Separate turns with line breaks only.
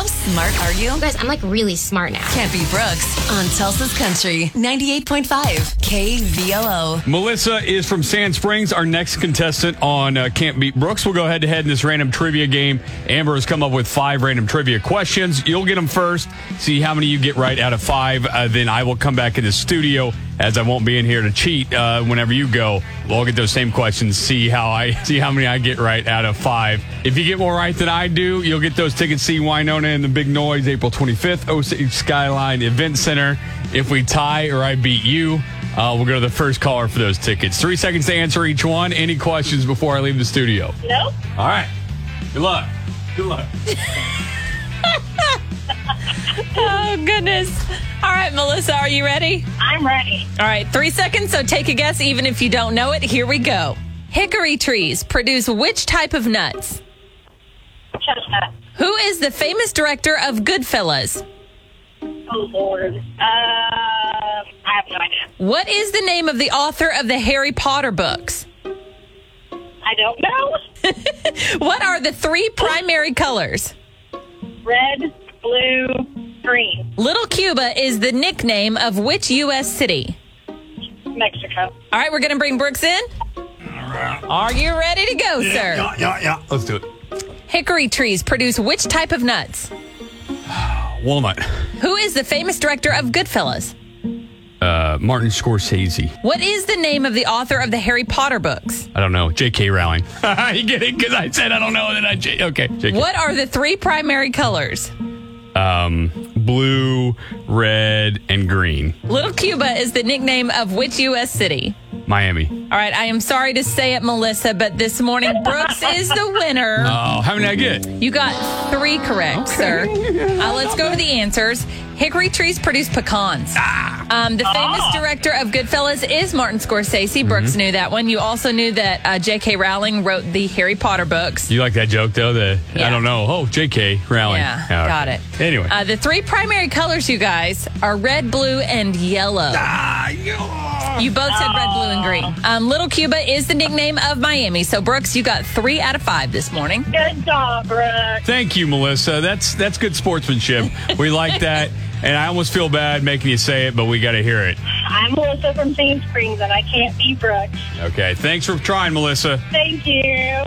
Smart Argue?
Guys, I'm like really smart now.
Campy Brooks on Tulsa's Country 98.5 KVLO.
Melissa is from Sand Springs, our next contestant on uh, Can't Beat Brooks. We'll go head to head in this random trivia game. Amber has come up with five random trivia questions. You'll get them first, see how many you get right out of five. Uh, then I will come back in the studio as I won't be in here to cheat. Uh, whenever you go, we'll get those same questions. See how I see how many I get right out of five. If you get more right than I do, you'll get those tickets. See Winona and the Big Noise April 25th, OC Skyline Event Center. If we tie or I beat you. Uh, we'll go to the first caller for those tickets. Three seconds to answer each one. Any questions before I leave the studio?
No.
All right. Good luck. Good luck.
Oh, goodness. All right, Melissa, are you ready?
I'm ready.
All right, three seconds, so take a guess even if you don't know it. Here we go. Hickory trees produce which type of nuts?
Chestnut.
Who is the famous director of Goodfellas?
Oh, Lord. Uh, I have no idea.
What is the name of the author of the Harry Potter books?
I don't know.
What are the three primary colors?
Red, blue, green.
Little Cuba is the nickname of which U.S. city?
Mexico.
All right, we're going to bring Brooks in. Are you ready to go, sir?
yeah, yeah. Let's do it.
Hickory trees produce which type of nuts?
Walnut.
Who is the famous director of Goodfellas?
Uh, Martin Scorsese.
What is the name of the author of the Harry Potter books?
I don't know. J.K. Rowling. you get it? Because I said I don't know. Then I J- okay. J.K.
What are the three primary colors?
Um, blue, red, and green.
Little Cuba is the nickname of which U.S. city?
Miami.
All right, I am sorry to say it, Melissa, but this morning Brooks is the winner.
Oh, how many I get?
You got three correct, sir. Uh, let's go to the answers. Hickory trees produce pecans. Um, the famous director of Goodfellas is Martin Scorsese. Brooks knew that one. You also knew that uh, J.K. Rowling wrote the Harry Potter books.
You like that joke though? The I
Yeah.
don't know. Oh, J.K. Rowling.
Yeah,
All right.
got it.
Oh, Anyway.
Uh, the three primary colors, you guys, are red, blue, and yellow.
Ah.
You both said red, blue, and green. Um, Little Cuba is the nickname of Miami. So, Brooks, you got three out of five this morning.
Good job, Brooke.
Thank you, Melissa. That's that's good sportsmanship. We like that. And I almost feel bad making you say it, but we got to hear it.
I'm Melissa from Sand Springs, and I can't be Brooke.
Okay. Thanks for trying, Melissa.
Thank you.